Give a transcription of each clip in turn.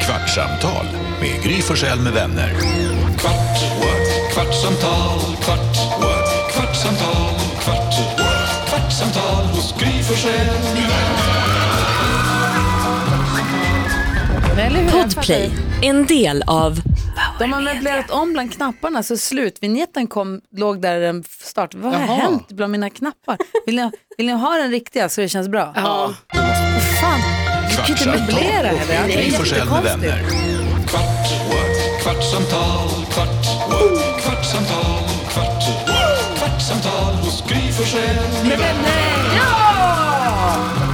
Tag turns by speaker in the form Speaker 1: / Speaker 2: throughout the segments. Speaker 1: Kvartsamtal med Gry Forssell med vänner.
Speaker 2: Kvart, what? kvartsamtal, kvart, what? kvartsamtal, kvart, what? kvartsamtal hos Gry Forssell med vänner.
Speaker 3: Eller hur?
Speaker 4: Podplay, en del av
Speaker 3: De har möblerat om bland knapparna så slutvinjetten kom, låg där den start. Vad har hänt bland mina knappar? Vill ni, vill ni ha den riktiga så det känns bra? Ja. Fan, du kan ju inte möblera heller. Det
Speaker 1: Gry
Speaker 3: är
Speaker 1: Forssell med
Speaker 3: jättekonstigt.
Speaker 1: vänner.
Speaker 2: Kvart, what? kvartsamtal, kvart, what? kvartsamtal, kvart, what? kvartsamtal hos Gry Forssell med vänner.
Speaker 3: Ja!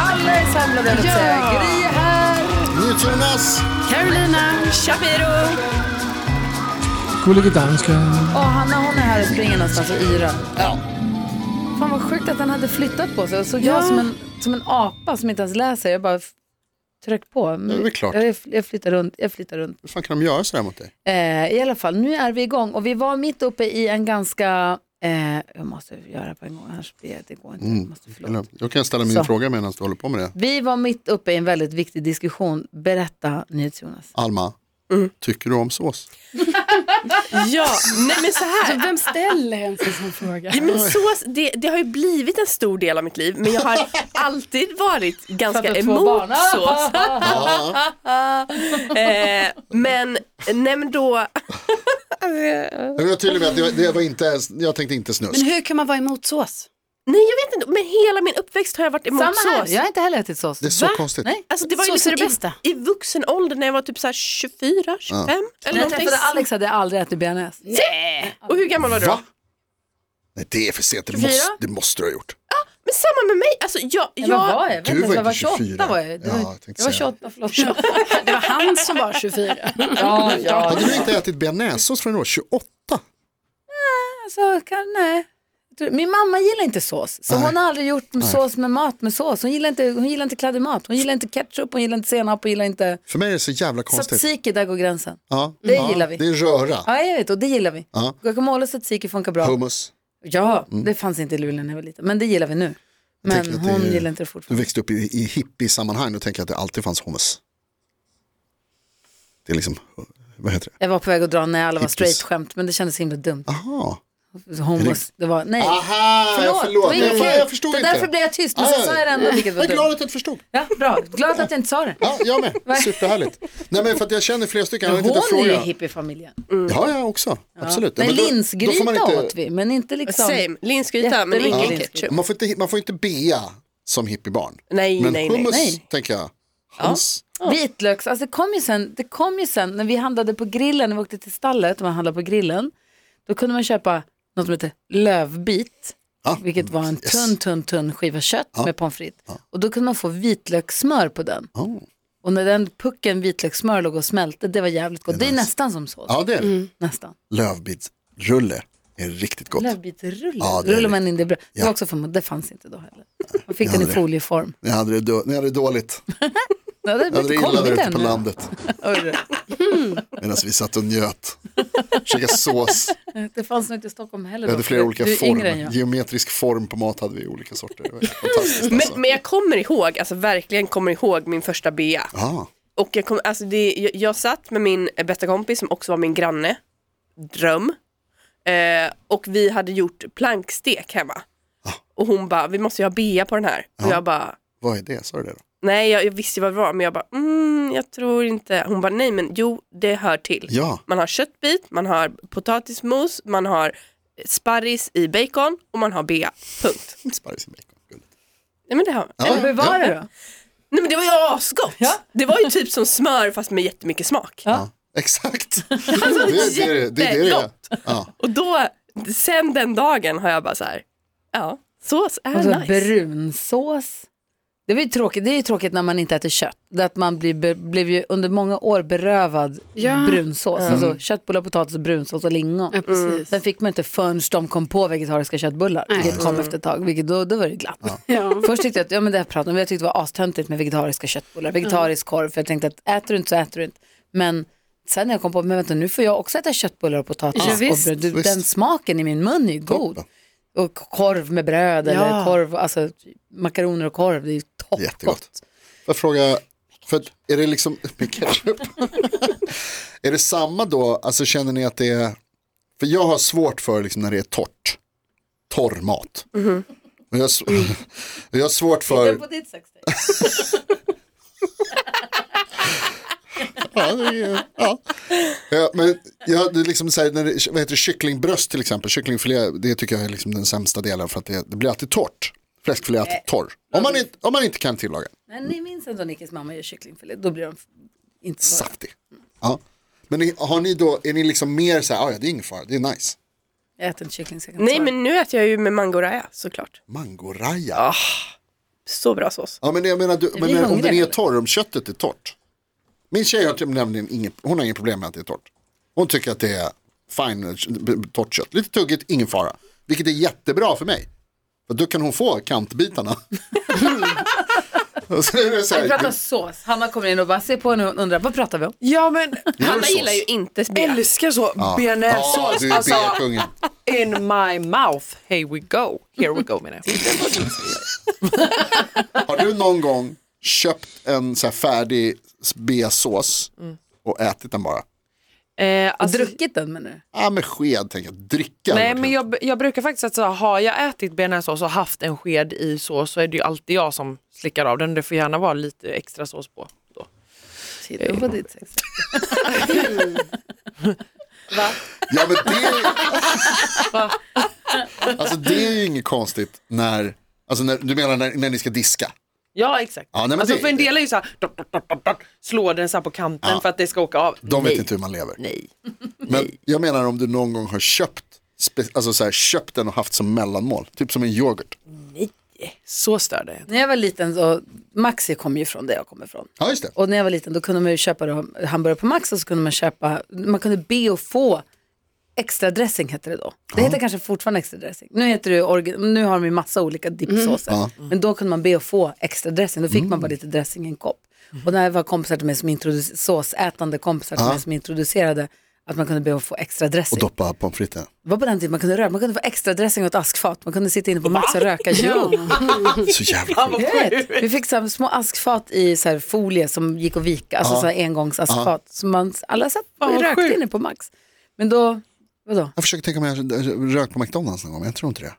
Speaker 3: Alla är samlade höll jag på att säga. Gry är här.
Speaker 5: Jonas!
Speaker 6: Gullige danska.
Speaker 3: Och Hanna hon är här och springer någonstans och yrar. Fan vad sjukt att den hade flyttat på sig. Och så jag som en, som en apa som inte ens läser. Jag bara f- tryck på.
Speaker 5: det är väl klart.
Speaker 3: Jag, jag flyttar runt, jag flyttar runt.
Speaker 5: Hur fan kan de göra sådär mot dig?
Speaker 3: Eh, I alla fall, nu är vi igång och vi var mitt uppe i en ganska... Eh, jag måste göra på en gång, annars blir det- det går inte.
Speaker 5: Mm.
Speaker 3: Jag måste, förlåt.
Speaker 5: Eller, jag kan ställa min
Speaker 3: Så.
Speaker 5: fråga medan du håller på med det.
Speaker 3: Vi var mitt uppe i en väldigt viktig diskussion. Berätta, NyhetsJonas.
Speaker 5: Alma,
Speaker 3: Mm.
Speaker 5: tycker du om sås?
Speaker 7: Ja, nej men
Speaker 3: Alltså,
Speaker 7: så här.
Speaker 8: Vem ställer ens en sån fråga?
Speaker 7: Ja, Men sås, det, det har ju blivit en stor del av mitt liv men jag har alltid varit
Speaker 3: För att
Speaker 7: ganska
Speaker 3: du har två
Speaker 7: emot
Speaker 3: barn.
Speaker 7: sås. eh, men, nej men då,
Speaker 5: Jag vill vara tydlig med att det, det var inte, ens- jag tänkte inte snusk.
Speaker 8: Men hur kan man vara emot sås?
Speaker 7: nej jag vet inte, men hela min uppväxt har jag varit emot sås.
Speaker 3: jag har inte heller ätit sås.
Speaker 5: Det är så
Speaker 3: Va?
Speaker 5: konstigt.
Speaker 3: Nej.
Speaker 7: Alltså det var ju
Speaker 8: Sås är det
Speaker 7: liksom
Speaker 8: bästa.
Speaker 7: I, i vuxen ålder när jag var typ så här 24, 25 eller
Speaker 3: När jag
Speaker 7: någonting.
Speaker 3: träffade Alex hade jag aldrig ätit bearnaise.
Speaker 7: Och hur gammal var du då?
Speaker 5: Va? Nej, det är för sent. Det
Speaker 7: Fyra?
Speaker 5: måste, det måste du ha gjort.
Speaker 7: Men samma med mig, alltså jag,
Speaker 3: Men Vad
Speaker 7: jag
Speaker 3: var jag? Jag vet
Speaker 5: Du
Speaker 3: inte,
Speaker 5: var
Speaker 3: jag var
Speaker 5: inte
Speaker 3: 28
Speaker 5: 24.
Speaker 3: var jag. Du,
Speaker 5: Ja, jag tänkte
Speaker 3: jag var
Speaker 5: säga
Speaker 3: 28, förlåt.
Speaker 8: Det var han som var 24.
Speaker 3: Ja, ja.
Speaker 5: Hade du inte ätit bearnaisesås förrän du var 28?
Speaker 3: Alltså, kan, nej. Min mamma gillar inte sås, så hon har aldrig gjort sås med mat med sås. Hon gillar inte, hon gillar inte kladdig mat, hon gillar inte ketchup, hon gillar inte senap, hon gillar inte...
Speaker 5: För mig är det så jävla konstigt.
Speaker 3: Tzatziki, där går gränsen.
Speaker 5: Ja.
Speaker 3: Det gillar vi.
Speaker 5: Det är röra.
Speaker 3: Ja, jag vet och det gillar vi.
Speaker 5: Ja.
Speaker 3: Guacamole och tzatziki funkar bra.
Speaker 5: Hummus.
Speaker 3: Ja, det fanns inte i Luleå när jag var liten, men det gillar vi nu. Men
Speaker 5: tänker att det
Speaker 3: hon
Speaker 5: är-
Speaker 3: gillar inte det
Speaker 5: Du
Speaker 3: fortfarande.
Speaker 5: växte upp i, i hippie-sammanhang och tänker jag att det alltid fanns hummus. Det är liksom, vad heter det?
Speaker 3: Jag var på väg att dra när alla var
Speaker 5: Hippies.
Speaker 3: straight-skämt, men det kändes så himla dumt.
Speaker 5: Aha.
Speaker 3: Homos, det var, nej.
Speaker 5: Aha,
Speaker 3: Förlåt, det var
Speaker 5: Ah, Jag,
Speaker 3: inget
Speaker 5: jag,
Speaker 3: kul.
Speaker 5: jag förstod
Speaker 3: det
Speaker 5: inte.
Speaker 3: därför blev jag tyst, men sen
Speaker 5: Nej.
Speaker 3: sa jag det ändå, vilket var
Speaker 5: Jag är glad
Speaker 3: dumt.
Speaker 5: att jag inte förstod.
Speaker 3: Ja, bra, glad att jag inte sa det.
Speaker 5: Ja, jag med. Superhärligt. Nej men för att jag känner flera stycken. Jag vet inte
Speaker 3: Hon är ju
Speaker 5: fråga.
Speaker 3: hippiefamiljen.
Speaker 5: Ja, ja också. Absolut. Ja,
Speaker 3: Men
Speaker 5: då- då får
Speaker 3: linsgryta
Speaker 5: man inte-
Speaker 3: åt vi, men inte liksom...
Speaker 7: same, linsgryta men
Speaker 3: Jättemycket
Speaker 7: ingen
Speaker 3: linsgryta.
Speaker 7: ketchup.
Speaker 5: Man får inte, man får inte bea som hippiebarn.
Speaker 7: Nej,
Speaker 5: men
Speaker 7: nej, nej.
Speaker 5: hummus
Speaker 3: Nej.
Speaker 5: tänker jag. Hans.
Speaker 3: Vitlöks, alltså det kom, ju sen, det kom ju sen när vi handlade på grillen, när vi åkte till stallet och man handlade på grillen, då kunde man köpa något som heter lövbit,
Speaker 5: Ja.
Speaker 3: vilket var en
Speaker 5: Yes.
Speaker 3: tunn, tunn, tunn skiva kött med pommes frites. Och då kunde man få vitlökssmör på den.
Speaker 5: Oh.
Speaker 3: Och när den pucken vitlökssmör låg och smälte, det var jävligt gott. Det är, nästan som sås.
Speaker 5: Ja, det är det.
Speaker 3: Mm. Nästan.
Speaker 5: Lövbitsrulle är riktigt gott.
Speaker 3: Lövbitsrulle,
Speaker 5: Ja, det är
Speaker 3: rullar man in det i bröd. Det var
Speaker 5: Ja.
Speaker 3: också för, det fanns inte då heller. Man fick
Speaker 5: Ja,
Speaker 3: den i
Speaker 5: det-
Speaker 3: folieform.
Speaker 5: Ni hade det, då, ni hade det dåligt.
Speaker 3: Det hade
Speaker 5: Ni hade det
Speaker 3: inte
Speaker 5: illa där
Speaker 3: kommit
Speaker 5: ute på
Speaker 3: ännu.
Speaker 5: landet.
Speaker 3: Hörru.
Speaker 5: Medan vi satt och njöt. Käkade sås.
Speaker 3: Det fanns nog inte i Stockholm heller.
Speaker 5: Vi
Speaker 3: då,
Speaker 5: hade flera
Speaker 3: för
Speaker 5: olika
Speaker 3: du är yngre än
Speaker 5: former.
Speaker 3: jag.
Speaker 5: Geometrisk form på mat hade vi i olika sorter. Det var fantastiskt alltså.
Speaker 7: Men, men jag kommer ihåg, alltså verkligen kommer ihåg min första bea.
Speaker 5: Ah,
Speaker 7: Och jag, kom, alltså det, jag, jag satt med min eh, bästa kompis som också var min granne, Dröm. Eh, och vi hade gjort plankstek hemma.
Speaker 5: Ah.
Speaker 7: Och hon bara, vi måste ju ha bea på den här. Och jag bara,
Speaker 5: vad är det? Sa du det då?
Speaker 7: nej jag, jag visste ju vad det var men jag bara, mm, jag tror inte. Hon bara, nej men jo det hör till.
Speaker 5: Ja.
Speaker 7: Man har köttbit, man har potatismos, man har sparris i bacon och man har bea. Punkt.
Speaker 5: Sparris and bacon. Gulligt.
Speaker 7: Nej men det har
Speaker 5: Ja,
Speaker 3: Hur var
Speaker 5: ja.
Speaker 3: det då?
Speaker 7: Nej men det var ju asgott.
Speaker 3: Ja.
Speaker 7: Det var ju typ som smör fast med jättemycket smak.
Speaker 5: Ja, exakt. Det, det, är det, det, är det, det är.
Speaker 7: jättegott.
Speaker 5: Ja.
Speaker 7: Och då, sen den dagen har jag bara så här, ja, sås är
Speaker 3: Alltså,
Speaker 7: nice.
Speaker 3: Brunsås. Det, var ju tråkigt. det är ju tråkigt när man inte äter kött. Det är att man blir, be, blev ju under många år berövad brunsås.
Speaker 5: Mm.
Speaker 3: Alltså köttbullar, potatis, brunsås och lingon.
Speaker 8: Ja, precis.
Speaker 3: Sen fick man inte förrän de kom på vegetariska köttbullar, vilket
Speaker 5: Mm.
Speaker 3: kom efter ett tag, vilket då, då var det glatt.
Speaker 8: Ja.
Speaker 3: Först tyckte jag att, ja men det här pratade om, jag tyckte det var astöntigt med vegetariska köttbullar, vegetarisk korv, för jag tänkte att äter du inte så äter du inte. Men sen när jag kom på, men vänta nu får jag också äta köttbullar och potatis
Speaker 8: Ja,
Speaker 3: och
Speaker 8: visst,
Speaker 3: bröd. Du,
Speaker 5: visst.
Speaker 3: Den smaken i min mun är ju god.
Speaker 5: Toppen.
Speaker 3: Och korv med bröd eller korv, alltså makaroner och korv, det är ju toppgott.
Speaker 5: Jättegott. Får jag fråga, För att, är det liksom med ketchup? är det samma då, alltså känner ni att det är, för jag har svårt för liksom när det är torrt, torr mat. Och jag, har sv- jag har svårt för,
Speaker 3: På ditt sex
Speaker 5: ja, det är, ja. Ja, men jag, det är liksom så här, när det, vad heter det, kycklingbröst till exempel, kycklingfilé, det tycker jag är liksom den sämsta delen för att det, det blir alltid torrt. Fläskfilé är alltid torr, om man, inte, om man inte kan tillaga.
Speaker 3: Nej, ni minns ändå Nickes mamma gör kycklingfilé, då blir de f- inte så.
Speaker 5: Saftig. Ja. Men ni- har ni då, är ni liksom mer så här, "Ah, ja det är ingen fara, det är nice.
Speaker 3: Jag äter inte kyckling så jag kan
Speaker 7: Nej
Speaker 3: inte
Speaker 7: men nu äter jag ju med mango raya såklart.
Speaker 5: Mangoraja.
Speaker 7: Så bra sås.
Speaker 5: Ja men jag menar, du, men
Speaker 3: blir
Speaker 5: när- om
Speaker 3: hungrig,
Speaker 5: den är
Speaker 3: eller?
Speaker 5: torr, om köttet är torrt. Min tjej har typ nämligen ingen, hon har inget problem med att det är torrt. Hon tycker att det är fine, b- b- torrt kött. Lite tuggigt, ingen fara. Vilket är jättebra för mig. För då kan hon få kantbitarna. Och så är det så
Speaker 3: svara. Vi pratar
Speaker 5: här,
Speaker 3: sås. Hanna kommer in och bara ser på henne och undrar vad pratar vi om?
Speaker 9: Ja men
Speaker 7: Hanna gillar ju inte spel.
Speaker 9: älskar så
Speaker 5: ja,
Speaker 9: bearnaisesås.
Speaker 5: du är
Speaker 9: alltså,
Speaker 5: B-kungen.
Speaker 9: in my mouth, here we go. Here we go menar jag.
Speaker 5: Har du någon gång köpt en så här färdig B-sås och ätit den bara?
Speaker 9: Eh, alltså,
Speaker 3: Druckit den menar du?
Speaker 5: Ja, med sked tänker jag. Dricka.
Speaker 9: Nej men jag, jag brukar faktiskt att så här, har jag ätit bearnaisesås och haft en sked i sås så är det ju alltid jag som slickar av den. Det får gärna vara lite extra sås på. Då.
Speaker 3: Titta på ditt sex.
Speaker 5: Ja, men det... alltså det är ju inget konstigt när, alltså när, du menar när, när ni ska diska.
Speaker 9: Ja exakt.
Speaker 5: Ja, nej, men
Speaker 9: alltså,
Speaker 5: det-
Speaker 9: för en del är ju så här, dot, dot, dot, dot, dot, slår den så här på kanten för att det ska åka av.
Speaker 5: De
Speaker 9: nej.
Speaker 5: vet inte hur man lever.
Speaker 9: Nej.
Speaker 5: Men jag menar om du någon gång har köpt, spe, alltså så här, köpt den och haft som mellanmål, typ som en yoghurt.
Speaker 9: Så stör det.
Speaker 3: När jag var liten så, Maxi kom ju från där jag kommer ifrån.
Speaker 5: Ja, just det.
Speaker 3: Och när jag var liten då kunde man ju köpa då, hamburgare på Max och så kunde man köpa, man kunde be och få extra dressing hette det då. Det heter kanske fortfarande extra dressing. Nu, heter det, ju orgi- nu har de ju massa olika dippsåser. Men då kunde man be och få extra dressing. Då fick man bara lite dressing i en kopp. Och när det var kompisar till mig som introducerade, såsätande kompisar till mig som introducerade att man kunde be att få extra dressing.
Speaker 5: Och doppa pommes frites.
Speaker 3: Det var på den tiden man kunde röra, man kunde få extra dressing och ett askfat. Man kunde sitta inne på Max och röka. Jo.
Speaker 5: Så jävla sjukt.
Speaker 3: Jag vet. Vi fick så här små askfat i så här folie som gick att vika, alltså så här engångsaskfat. Så man, alla satt och
Speaker 9: vad
Speaker 3: rökte
Speaker 9: sjukt.
Speaker 3: inne på Max. Men då, vadå?
Speaker 5: Jag försöker tänka mig, jag rökt på McDonalds någon gång, men jag tror inte det.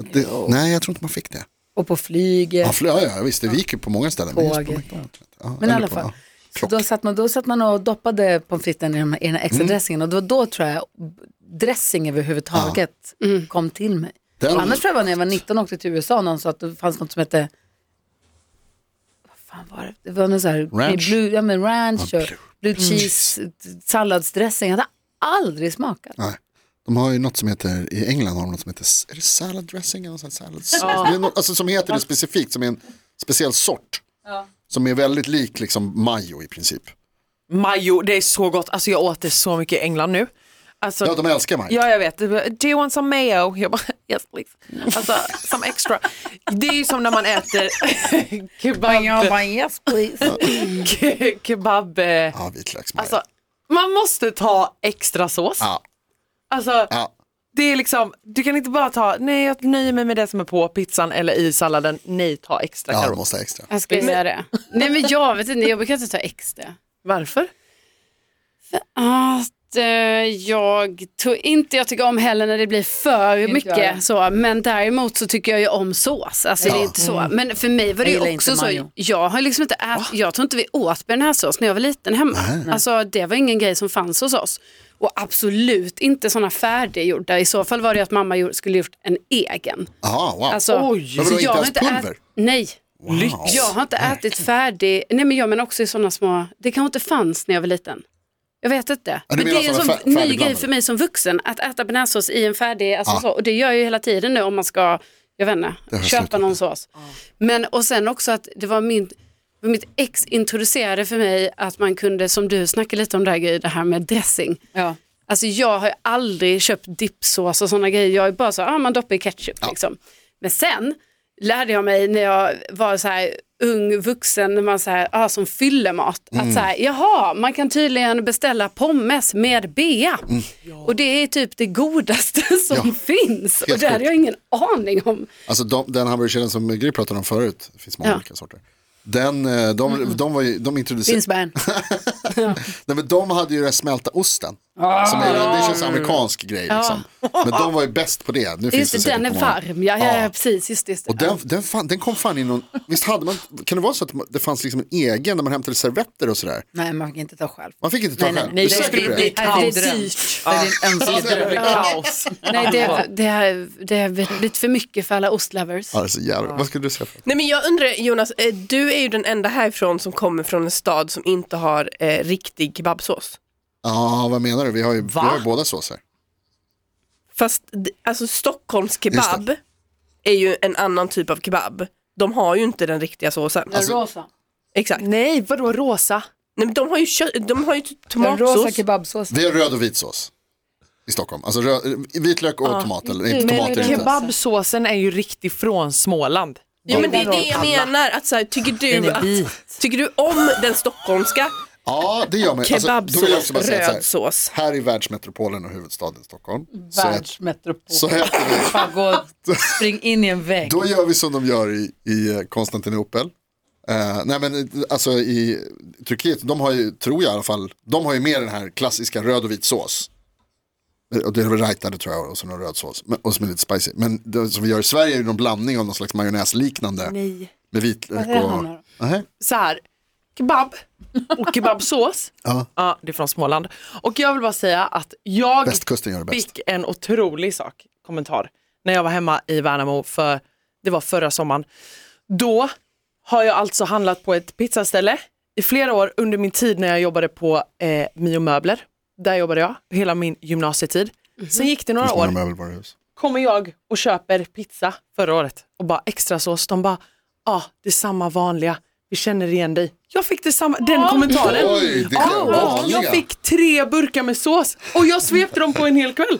Speaker 5: Att det nej, jag tror inte man fick det.
Speaker 3: Och på flyget,
Speaker 5: Ja, för, ja, ja visst, det gick ju på många ställen. Men, just på
Speaker 3: Tåget.
Speaker 5: McDonald's, ja,
Speaker 3: men i
Speaker 5: eller
Speaker 3: alla
Speaker 5: på-
Speaker 3: fall.
Speaker 5: ja.
Speaker 3: Så då, satt man, då satt man och doppade pommes fritesen i, de här- i den här extra
Speaker 5: Mm.
Speaker 3: dressingen och det var då tror jag dressing överhuvudtaget kom till mig.
Speaker 5: Den-
Speaker 3: Annars tror jag det var när jag var 19 och åkte till USA någon sa att det fanns något som hette vad fan var det? Det var någon så här
Speaker 5: Ranch?
Speaker 3: Blue, ja, men ranch
Speaker 5: Ja,
Speaker 3: och
Speaker 5: blue. Mm.
Speaker 3: blue cheese, t- salladsdressing. Jag hade aldrig smakat.
Speaker 5: Nej. De har ju något som heter, i England har de något som heter, är det salad dressing eller något sånt? Salad sauce? Det är något, alltså som heter det specifikt, som är en speciell sort. Som är väldigt lik liksom majo i princip.
Speaker 9: Majo, det är så gott. Alltså jag åt det så mycket i England nu. Alltså,
Speaker 5: Ja, de älskar majo.
Speaker 9: Ja, jag vet. Det var, Do you want some mayo? Jag bara, yes please. Alltså, some extra. Det är ju som när man äter kebab,
Speaker 3: yes please.
Speaker 9: ke- kebab. eh,
Speaker 5: Ja, vitlöksmajo.
Speaker 9: Alltså, man måste ta extra sås.
Speaker 5: Ja.
Speaker 9: Alltså,
Speaker 5: ja.
Speaker 9: det är liksom, du kan inte bara ta, nej jag nöjer mig med det som är på pizzan eller i salladen. Nej, ta extra
Speaker 5: Ja, de
Speaker 9: karot.
Speaker 5: måste ha extra.
Speaker 8: Jag ska göra det. Nej men jag vet inte, jag brukar inte ta extra.
Speaker 9: Varför?
Speaker 8: Att eh, jag tror inte jag tycker om heller när det blir för
Speaker 3: jag.
Speaker 8: mycket så. Men däremot så tycker jag ju om sås. Alltså det är inte så. Men för mig var det
Speaker 3: Jag gillar
Speaker 8: ju också
Speaker 3: inte
Speaker 8: så.
Speaker 3: majo.
Speaker 8: Jag har liksom inte ätit, jag tror inte vi åt med den här sås när jag var liten hemma. Alltså det var ingen grej som fanns hos oss. Och absolut inte sådana färdiggjorda. I så fall var det att mamma gjorde- skulle gjort en egen.
Speaker 5: Jaha, wow.
Speaker 8: Alltså,
Speaker 9: Oj.
Speaker 5: Men vadå, inte
Speaker 8: jag har
Speaker 5: ens pulver?
Speaker 8: ätit, nej,
Speaker 5: Wow.
Speaker 9: Lyx.
Speaker 8: jag har inte ätit färdig, nej men jag menar också i sådana små, det kanske inte fanns när jag var liten. Jag vet inte.
Speaker 5: Ja, du
Speaker 8: men
Speaker 5: menar
Speaker 8: det är en
Speaker 5: sådana
Speaker 8: sån
Speaker 5: fär-
Speaker 8: ny
Speaker 5: färdigblandade?
Speaker 8: grej för mig som vuxen att äta bearnaisesås i en färdig, alltså
Speaker 5: Ja.
Speaker 8: så, och det gör jag ju hela tiden nu om man ska, jag vet inte,
Speaker 5: Det har jag
Speaker 8: köpa
Speaker 5: slutat
Speaker 8: någon
Speaker 5: med.
Speaker 8: sås. Men och sen också att det var min, mitt ex introducerade för mig att man kunde, som du snackade lite om det här, Gry, det här med dressing.
Speaker 3: Ja.
Speaker 8: Alltså jag har ju aldrig köpt dippsås och sådana grejer. Jag är bara så, ah, man doppar i ketchup liksom. Men sen lärde jag mig när jag var så här ung vuxen, när man så här, ah, som fyllemat,
Speaker 5: Mm.
Speaker 8: att så här, jaha, man kan tydligen beställa pommes med bea.
Speaker 5: Mm.
Speaker 8: Och det är typ det godaste som finns. Och
Speaker 5: Helt
Speaker 8: det hade
Speaker 5: sjukt.
Speaker 8: jag ingen aning om.
Speaker 5: Alltså de, den hamburgerkedjan som Gry pratade om förut, det finns många
Speaker 8: Ja.
Speaker 5: olika sorter. Den, eh, de, de, var ju, de introducerade,
Speaker 3: Finnsbärn.
Speaker 5: nej, men de hade ju den smälta osten. Som är, det känns amerikansk grej liksom. Men de var ju bäst på det. Nu finns
Speaker 8: Just
Speaker 5: det,
Speaker 8: det,
Speaker 5: säkert
Speaker 8: den är
Speaker 5: på många-
Speaker 8: varm. Ja, ja, ja
Speaker 5: Ja.
Speaker 8: precis. Just det. Just det.
Speaker 5: Och den, den, fan, den kom fan in någon, visst hade man, kan det vara så att det fanns liksom en egen när man hämtade servetter och sådär?
Speaker 3: Nej, man fick inte ta själv.
Speaker 5: Man fick inte ta
Speaker 3: Nej, nej,
Speaker 5: själv.
Speaker 3: nej,
Speaker 5: Är du
Speaker 3: det-
Speaker 5: säker på
Speaker 3: det- det-
Speaker 8: Nej, det är
Speaker 3: Dröm.
Speaker 8: dyrt.
Speaker 3: Det är din önskedröm.
Speaker 9: Kaos.
Speaker 8: Nej, det, det, har, det har blivit för mycket för alla ostlovers.
Speaker 5: Ja, det är så jävla, vad skulle du säga? För?
Speaker 7: Nej men jag undrar Jonas, eh, du är ju den enda härifrån som kommer från en stad som inte har eh, riktig kebabsås.
Speaker 5: Ja, vad menar du? Vi har ju, vi har ju båda såser.
Speaker 7: Fast d- alltså Stockholms
Speaker 5: det.
Speaker 7: kebab är ju en annan typ av kebab. De har ju inte den riktiga såsen.
Speaker 8: Den
Speaker 5: Alltså,
Speaker 8: rosa.
Speaker 7: Exakt.
Speaker 9: Nej, vadå rosa?
Speaker 7: Nej, men de har ju, kö- de har ju t-
Speaker 3: Den
Speaker 7: tomatsås.
Speaker 3: rosa kebabsåsen.
Speaker 5: Det är röd och vit sås i Stockholm. Alltså röd, vitlök och tomat. Eller, nej, tomat är det inte.
Speaker 9: Kebabsåsen är ju riktigt från Småland.
Speaker 7: Ja, men det är det jag menar, att så här, tycker, du att, tycker du om den stockholmska
Speaker 5: Ja, det gör man. Alltså, då vill jag
Speaker 7: kebabsås,
Speaker 5: också bara säga så här.
Speaker 7: röd sås?
Speaker 5: Här i världsmetropolen och huvudstaden Stockholm. Så, ät-
Speaker 3: Världsmetropol.
Speaker 5: så äter vi.
Speaker 3: Fan, gå och spring in i en vägg.
Speaker 5: Då gör vi som de gör i, i Konstantinopel. Eh, nej men eh, alltså i Turkiet, de har ju, tror jag i alla fall, de har ju mer den här klassiska röd och vit sås. Eh, Och det är väl rajtade tror jag och så någon röd sås. Men, och som är lite spicy. Men det som vi gör i Sverige är ju någon blandning av någon slags majonnäsliknande.
Speaker 9: Nej.
Speaker 5: Med vitlök
Speaker 3: är det
Speaker 5: och...
Speaker 3: han har?
Speaker 5: Nähä.
Speaker 9: Så här, kebab och kebabsås.
Speaker 5: Ja.
Speaker 9: Ja, det är från Småland. Och jag vill bara säga att jag
Speaker 5: Västkusten gör det bäst.
Speaker 9: fick en otrolig sak, kommentar, när jag var hemma i Värnamo för, det var förra sommaren. Då har jag alltså handlat på ett pizzaställe i flera år under min tid när jag jobbade på eh, Mio Möbler. Där jobbade jag hela min gymnasietid.
Speaker 5: Mhm.
Speaker 9: Sen gick det några
Speaker 5: Finns många
Speaker 9: år,
Speaker 5: möbelvaruhus.
Speaker 9: kommer jag och köper pizza förra året och bara extrasås. De bara, ja ah, det är samma vanliga, vi känner igen dig. Jag fick det samma, den kommentaren.
Speaker 5: Oj, det är
Speaker 9: Ja,
Speaker 5: oh,
Speaker 9: och jag fick tre burkar med sås och jag svepte dem på en hel kväll.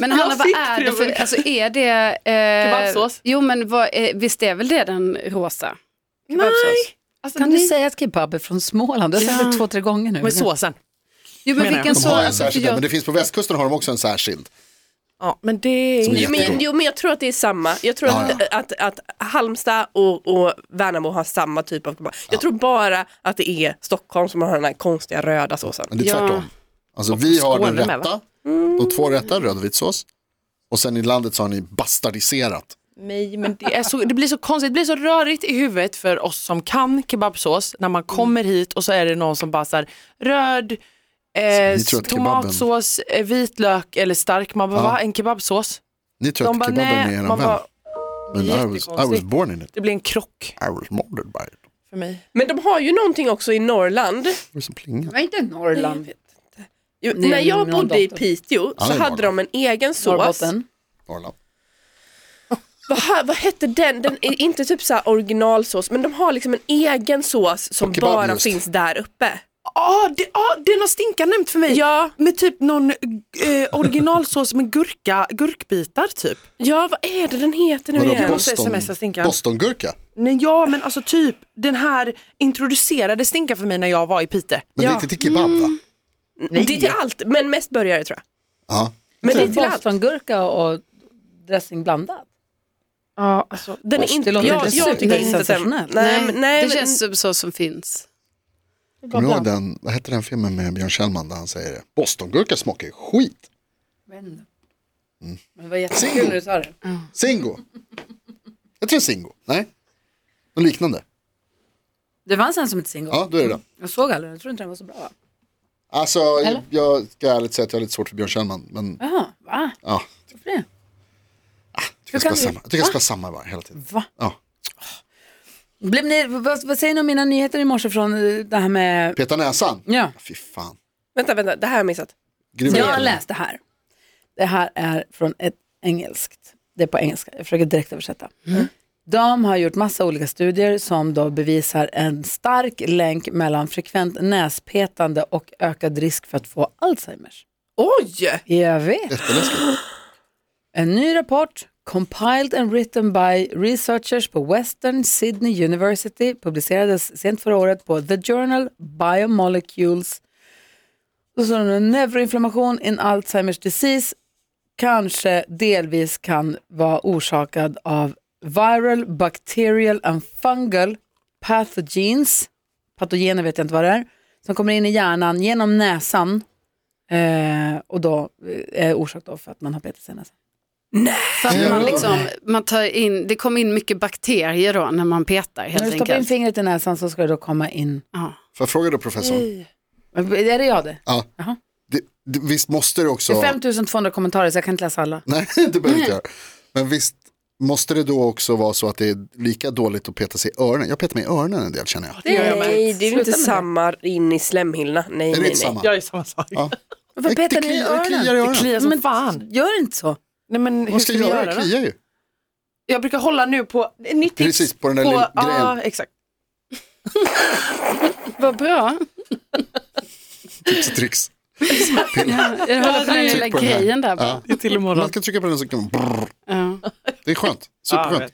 Speaker 8: Men Hanna, vad
Speaker 9: fick
Speaker 8: är det för,
Speaker 9: trevlig-
Speaker 8: alltså är det... Eh,
Speaker 9: Kebabsås.
Speaker 8: Jo, men vad, eh, visst är väl det den rosa? Kebabsås.
Speaker 9: Alltså,
Speaker 3: Kan
Speaker 9: ni-
Speaker 3: du säga att kebab är från Småland? Du har sagt det två, tre gånger nu.
Speaker 9: Med såsen.
Speaker 8: Jo, men
Speaker 9: Menar
Speaker 8: vilken
Speaker 9: jag.
Speaker 5: De har en
Speaker 8: sås?
Speaker 5: särskild, men
Speaker 8: Jag,
Speaker 5: det finns på västkusten har de också en särskild.
Speaker 9: Ja, men det
Speaker 5: Som är
Speaker 7: Jo men,
Speaker 5: jättegod.
Speaker 7: jo men jag tror att det är samma. Jag tror
Speaker 5: Ja,
Speaker 7: att, Att, att, Halmstad och, och Värnamo har samma typ av kebab. Jag tror bara att det är Stockholm som har den här konstiga röda såsen.
Speaker 5: Men det är
Speaker 8: Ja.
Speaker 5: tvärtom. Alltså vi har den
Speaker 9: Skåne med,
Speaker 5: rätta, de två rätta, röd och vit sås. Och sen i landet så har ni bastardiserat.
Speaker 9: Nej, men det, är så, det blir så konstigt, det blir så rörigt i huvudet för oss som kan kebabsås när man kommer
Speaker 5: Mm.
Speaker 9: hit och så är det någon som bara så här, röd eh,
Speaker 5: ni tror att kebaben-
Speaker 9: tomatsås, eh, vitlök eller stark. Man bara,
Speaker 5: Ja.
Speaker 9: va? En kebabsås?
Speaker 5: Ni tror att kebaben är
Speaker 9: nej.
Speaker 5: er
Speaker 9: Man
Speaker 5: vän.
Speaker 9: bara,
Speaker 5: Men I was, I was
Speaker 9: jättekonstigt.
Speaker 5: born in it.
Speaker 9: det blir en krock
Speaker 5: I was murdered by it.
Speaker 9: för mig.
Speaker 7: Men de har ju någonting också i Norrland.
Speaker 5: Det var som plinga.
Speaker 3: Det var inte Norrland.
Speaker 7: Jo,
Speaker 3: Nej,
Speaker 7: när jag
Speaker 3: men någon
Speaker 7: bodde i
Speaker 3: dator.
Speaker 7: Piteå
Speaker 5: Ja,
Speaker 7: så
Speaker 5: det är
Speaker 7: hade de en egen sås.
Speaker 3: Norrbotten.
Speaker 5: Norrland.
Speaker 7: Vad, ha- vad hette den? Den är inte typ så här originalsås men de har liksom en egen sås som
Speaker 5: Och kebab
Speaker 7: bara
Speaker 5: just.
Speaker 7: finns där uppe.
Speaker 9: Ja, det, ah, den har Stinkan nämnt för mig.
Speaker 7: Ja,
Speaker 9: Med typ någon eh, originalsås med gurka, gurkbitar typ.
Speaker 7: ja vad är det den heter nu
Speaker 5: Vadå,
Speaker 7: igen?
Speaker 9: Bos- måste smsa
Speaker 5: Boston,
Speaker 9: Stinkan.
Speaker 5: Bostongurka?
Speaker 9: Nej, ja, men alltså typ den här introducerade Stinkan för mig när jag var i Piteå.
Speaker 5: Men det är inte till kebab
Speaker 9: Mm.
Speaker 5: va?
Speaker 7: Det är till allt, men mest burgare tror jag.
Speaker 5: Ja.
Speaker 7: Men det är till allt.
Speaker 3: Bostongurka och dressing blandat.
Speaker 9: Ja, alltså,
Speaker 7: Den är inte,
Speaker 3: låter
Speaker 7: jag,
Speaker 3: inte
Speaker 7: jag
Speaker 3: surt,
Speaker 7: tycker
Speaker 3: det är
Speaker 7: inte att den...
Speaker 3: sensationellt.
Speaker 7: Nej, men- nej,
Speaker 8: det
Speaker 7: men-
Speaker 8: känns som sås som finns.
Speaker 5: Kommer du ihåg den, vad hette den filmen med Björn Kjellman där han säger det? Bostongurka smakar ju skit.
Speaker 3: Mm. Men det var jättekul när du sa det.
Speaker 5: Singo. Jag tror Singo. Nej. Något liknande.
Speaker 3: Det fanns en som hette Singo.
Speaker 5: Ja, då är det den.
Speaker 3: Jag såg aldrig den, jag tror inte den var så bra va?
Speaker 5: Alltså, jag ska ärligt säga att jag har lite svårt för Björn Kjellman. Men
Speaker 3: Jaha, va?
Speaker 5: ja,
Speaker 3: Varför det?
Speaker 5: jag tycker jag ska ha
Speaker 3: kan du-
Speaker 5: samma- jag tycker jag ska ha samma var hela tiden.
Speaker 3: Va?
Speaker 5: Ja.
Speaker 3: Blev ni, vad, vad säger ni om mina nyheter i morse från eh, det här med...
Speaker 5: Peta näsan.
Speaker 3: Ja.
Speaker 5: Fy fan.
Speaker 7: Vänta, vänta, det här har jag missat.
Speaker 5: Grym
Speaker 3: Jag
Speaker 5: idé.
Speaker 3: har läst det här. Det här är från ett engelskt. Det är på engelska. Jag försöker direkt översätta. De har gjort massa olika studier som då bevisar en stark länk mellan frekvent näspetande och ökad risk för att få Alzheimers.
Speaker 7: Oj!
Speaker 3: Jag vet. En ny rapport, compiled and written by researchers på Western Sydney University, publicerades sent förra året på The Journal Biomolecules. Då står det neuroinflammation in Alzheimers disease kanske delvis kan vara orsakad av viral, bacterial and fungal pathogens, patogener vet jag inte vad det är, som kommer in i hjärnan genom näsan eh, och då eh, är orsak då för att man har petat sig i näsan.
Speaker 8: För att man, liksom, man tar in, det kommer in mycket bakterier då när man petar
Speaker 3: När
Speaker 8: helt
Speaker 3: du stoppar in
Speaker 8: enkelt.
Speaker 3: fingret i näsan så ska det då komma in, Eh,
Speaker 8: Ja.
Speaker 5: Får jag fråga då professorn?
Speaker 3: är det jag det?
Speaker 5: Ja.
Speaker 3: Jaha.
Speaker 5: Det, det, visst måste det
Speaker 3: Det
Speaker 5: också...
Speaker 3: är 5200 kommentarer så jag kan inte läsa alla.
Speaker 5: Nej, det behöver inte jag. Men visst måste det då också vara så att det är lika dåligt att peta sig i öronen? Jag petar mig i öronen en del känner jag.
Speaker 3: Det gör jag med.
Speaker 7: Nej, det är ju inte
Speaker 3: Sluta med
Speaker 7: samma in i slemhinnorna. Nej,
Speaker 5: Är det
Speaker 7: nej,
Speaker 5: inte
Speaker 7: nej.
Speaker 5: samma?
Speaker 9: Jag är samma sak.
Speaker 5: Ja.
Speaker 3: Varför petar ni i
Speaker 5: kliar- det kliar i
Speaker 3: öronen?
Speaker 9: Det
Speaker 5: öronen.
Speaker 9: kliar som
Speaker 3: Men-
Speaker 9: fan.
Speaker 3: Gör inte så.
Speaker 9: Nej men hur
Speaker 5: Vad ska
Speaker 9: ska
Speaker 5: jag
Speaker 9: vi göra
Speaker 5: göra? Det
Speaker 9: då?
Speaker 5: kliar ju.
Speaker 9: Jag brukar hålla nu på, nytt tips.
Speaker 5: Precis, på den där lilla grejen.
Speaker 9: Ja, exakt.
Speaker 8: Vad bra.
Speaker 5: Tips och tricks.
Speaker 8: Jag håller på den lilla
Speaker 5: Tryck typ på den här.
Speaker 8: grejen där bara.
Speaker 5: Ja.
Speaker 9: Det är till imorgon.
Speaker 5: Man kan trycka på den så kan man... brrr.
Speaker 8: Ja.
Speaker 5: Det är skönt.
Speaker 9: Ja, jag
Speaker 5: Superskönt.
Speaker 9: vet.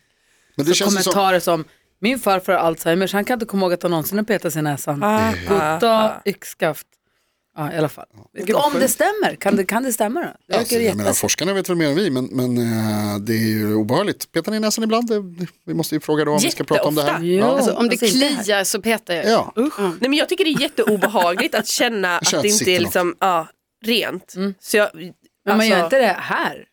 Speaker 5: Men det
Speaker 3: Så
Speaker 5: känns ju som...
Speaker 3: kommentarer som, min farfar har Alzheimers, han kan inte komma ihåg att han någonsin har petat sig i näsan. Gutta yxskaft. Ja, i alla fall. Om det stämmer, kan det, kan det stämma då? Det
Speaker 5: Alltså,
Speaker 3: verkar
Speaker 5: jag menar,
Speaker 3: jätte...
Speaker 5: forskarna vet väl mer än vi, men, men eh, det är ju obehagligt. Petar ni i näsan ibland? Det, vi måste ju fråga då om vi ska prata om det här.
Speaker 7: Jätteofta.
Speaker 3: Jo.
Speaker 5: Ja.
Speaker 8: Alltså, om det
Speaker 3: Alltså, inte här.
Speaker 8: kliar så petar jag.
Speaker 5: Ja.
Speaker 7: Nej, men jag tycker det är jätteobehagligt att känna att
Speaker 5: känner att
Speaker 7: det
Speaker 5: det
Speaker 7: inte
Speaker 5: sitter
Speaker 7: är
Speaker 5: något.
Speaker 7: liksom, ja, rent. Så jag, alltså,
Speaker 3: Mm. Men man gör inte det här.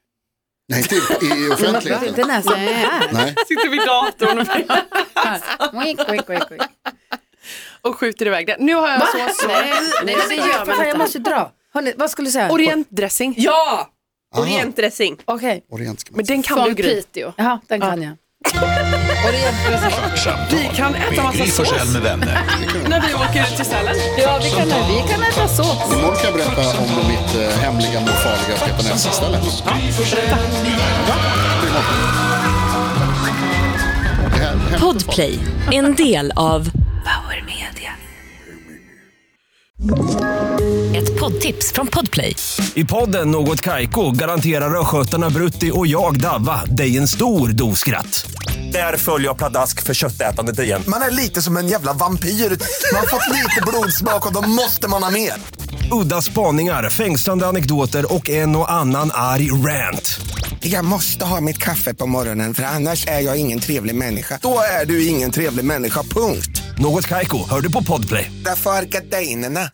Speaker 5: Nej, inte i, i
Speaker 3: Man petar inte
Speaker 5: offentligheten.
Speaker 3: näsan här.
Speaker 5: Nej,
Speaker 9: Sitter vid datorn och,
Speaker 3: Wink, wink, wink, wink.
Speaker 9: och skjuter iväg det. Nu har jag så
Speaker 8: Nej, nej, det gör
Speaker 3: Fan,
Speaker 8: man
Speaker 3: Jag
Speaker 8: inte.
Speaker 3: måste ju dra. Hörrni, vad skulle du säga?
Speaker 9: Orientdressing.
Speaker 7: Ja!
Speaker 5: Aha.
Speaker 7: Orientdressing.
Speaker 3: Okej,
Speaker 5: orient ska man
Speaker 9: Men
Speaker 5: säga.
Speaker 9: den kan du
Speaker 8: Från
Speaker 9: Gry.
Speaker 8: Piteå.
Speaker 3: jaha, den kan jag.
Speaker 1: Kvartsamtal
Speaker 9: Vi kan äta
Speaker 1: med
Speaker 9: massa
Speaker 1: Gry Forssell
Speaker 9: sås.
Speaker 1: med vänner.
Speaker 9: När vi åker till Sälen.
Speaker 3: Ja, vi kan, vi kan äta sås.
Speaker 5: Imorgon kan jag berätta om mitt eh, hemliga men farliga peta näsan-ställe. Det här- det här-
Speaker 4: Podplay, en del av
Speaker 10: Power Media.
Speaker 4: ett poddtips från Podplay.
Speaker 11: I podden Något Kaiko garanterar östgötarna Brutti och jag, Davva, dig en stor dos skratt. Där följer jag pladask för köttätandet igen.
Speaker 2: Man är lite som en jävla vampyr. Man har fått lite blodsmak och då måste man ha mer.
Speaker 11: Udda spaningar, fängslande anekdoter och en och annan arg rant.
Speaker 2: Jag måste ha mitt kaffe på morgonen för annars är jag ingen trevlig människa. Då är du ingen trevlig människa, punkt.
Speaker 11: Något Kaiko, hör du på Podplay.
Speaker 2: Därför arkadeinerna.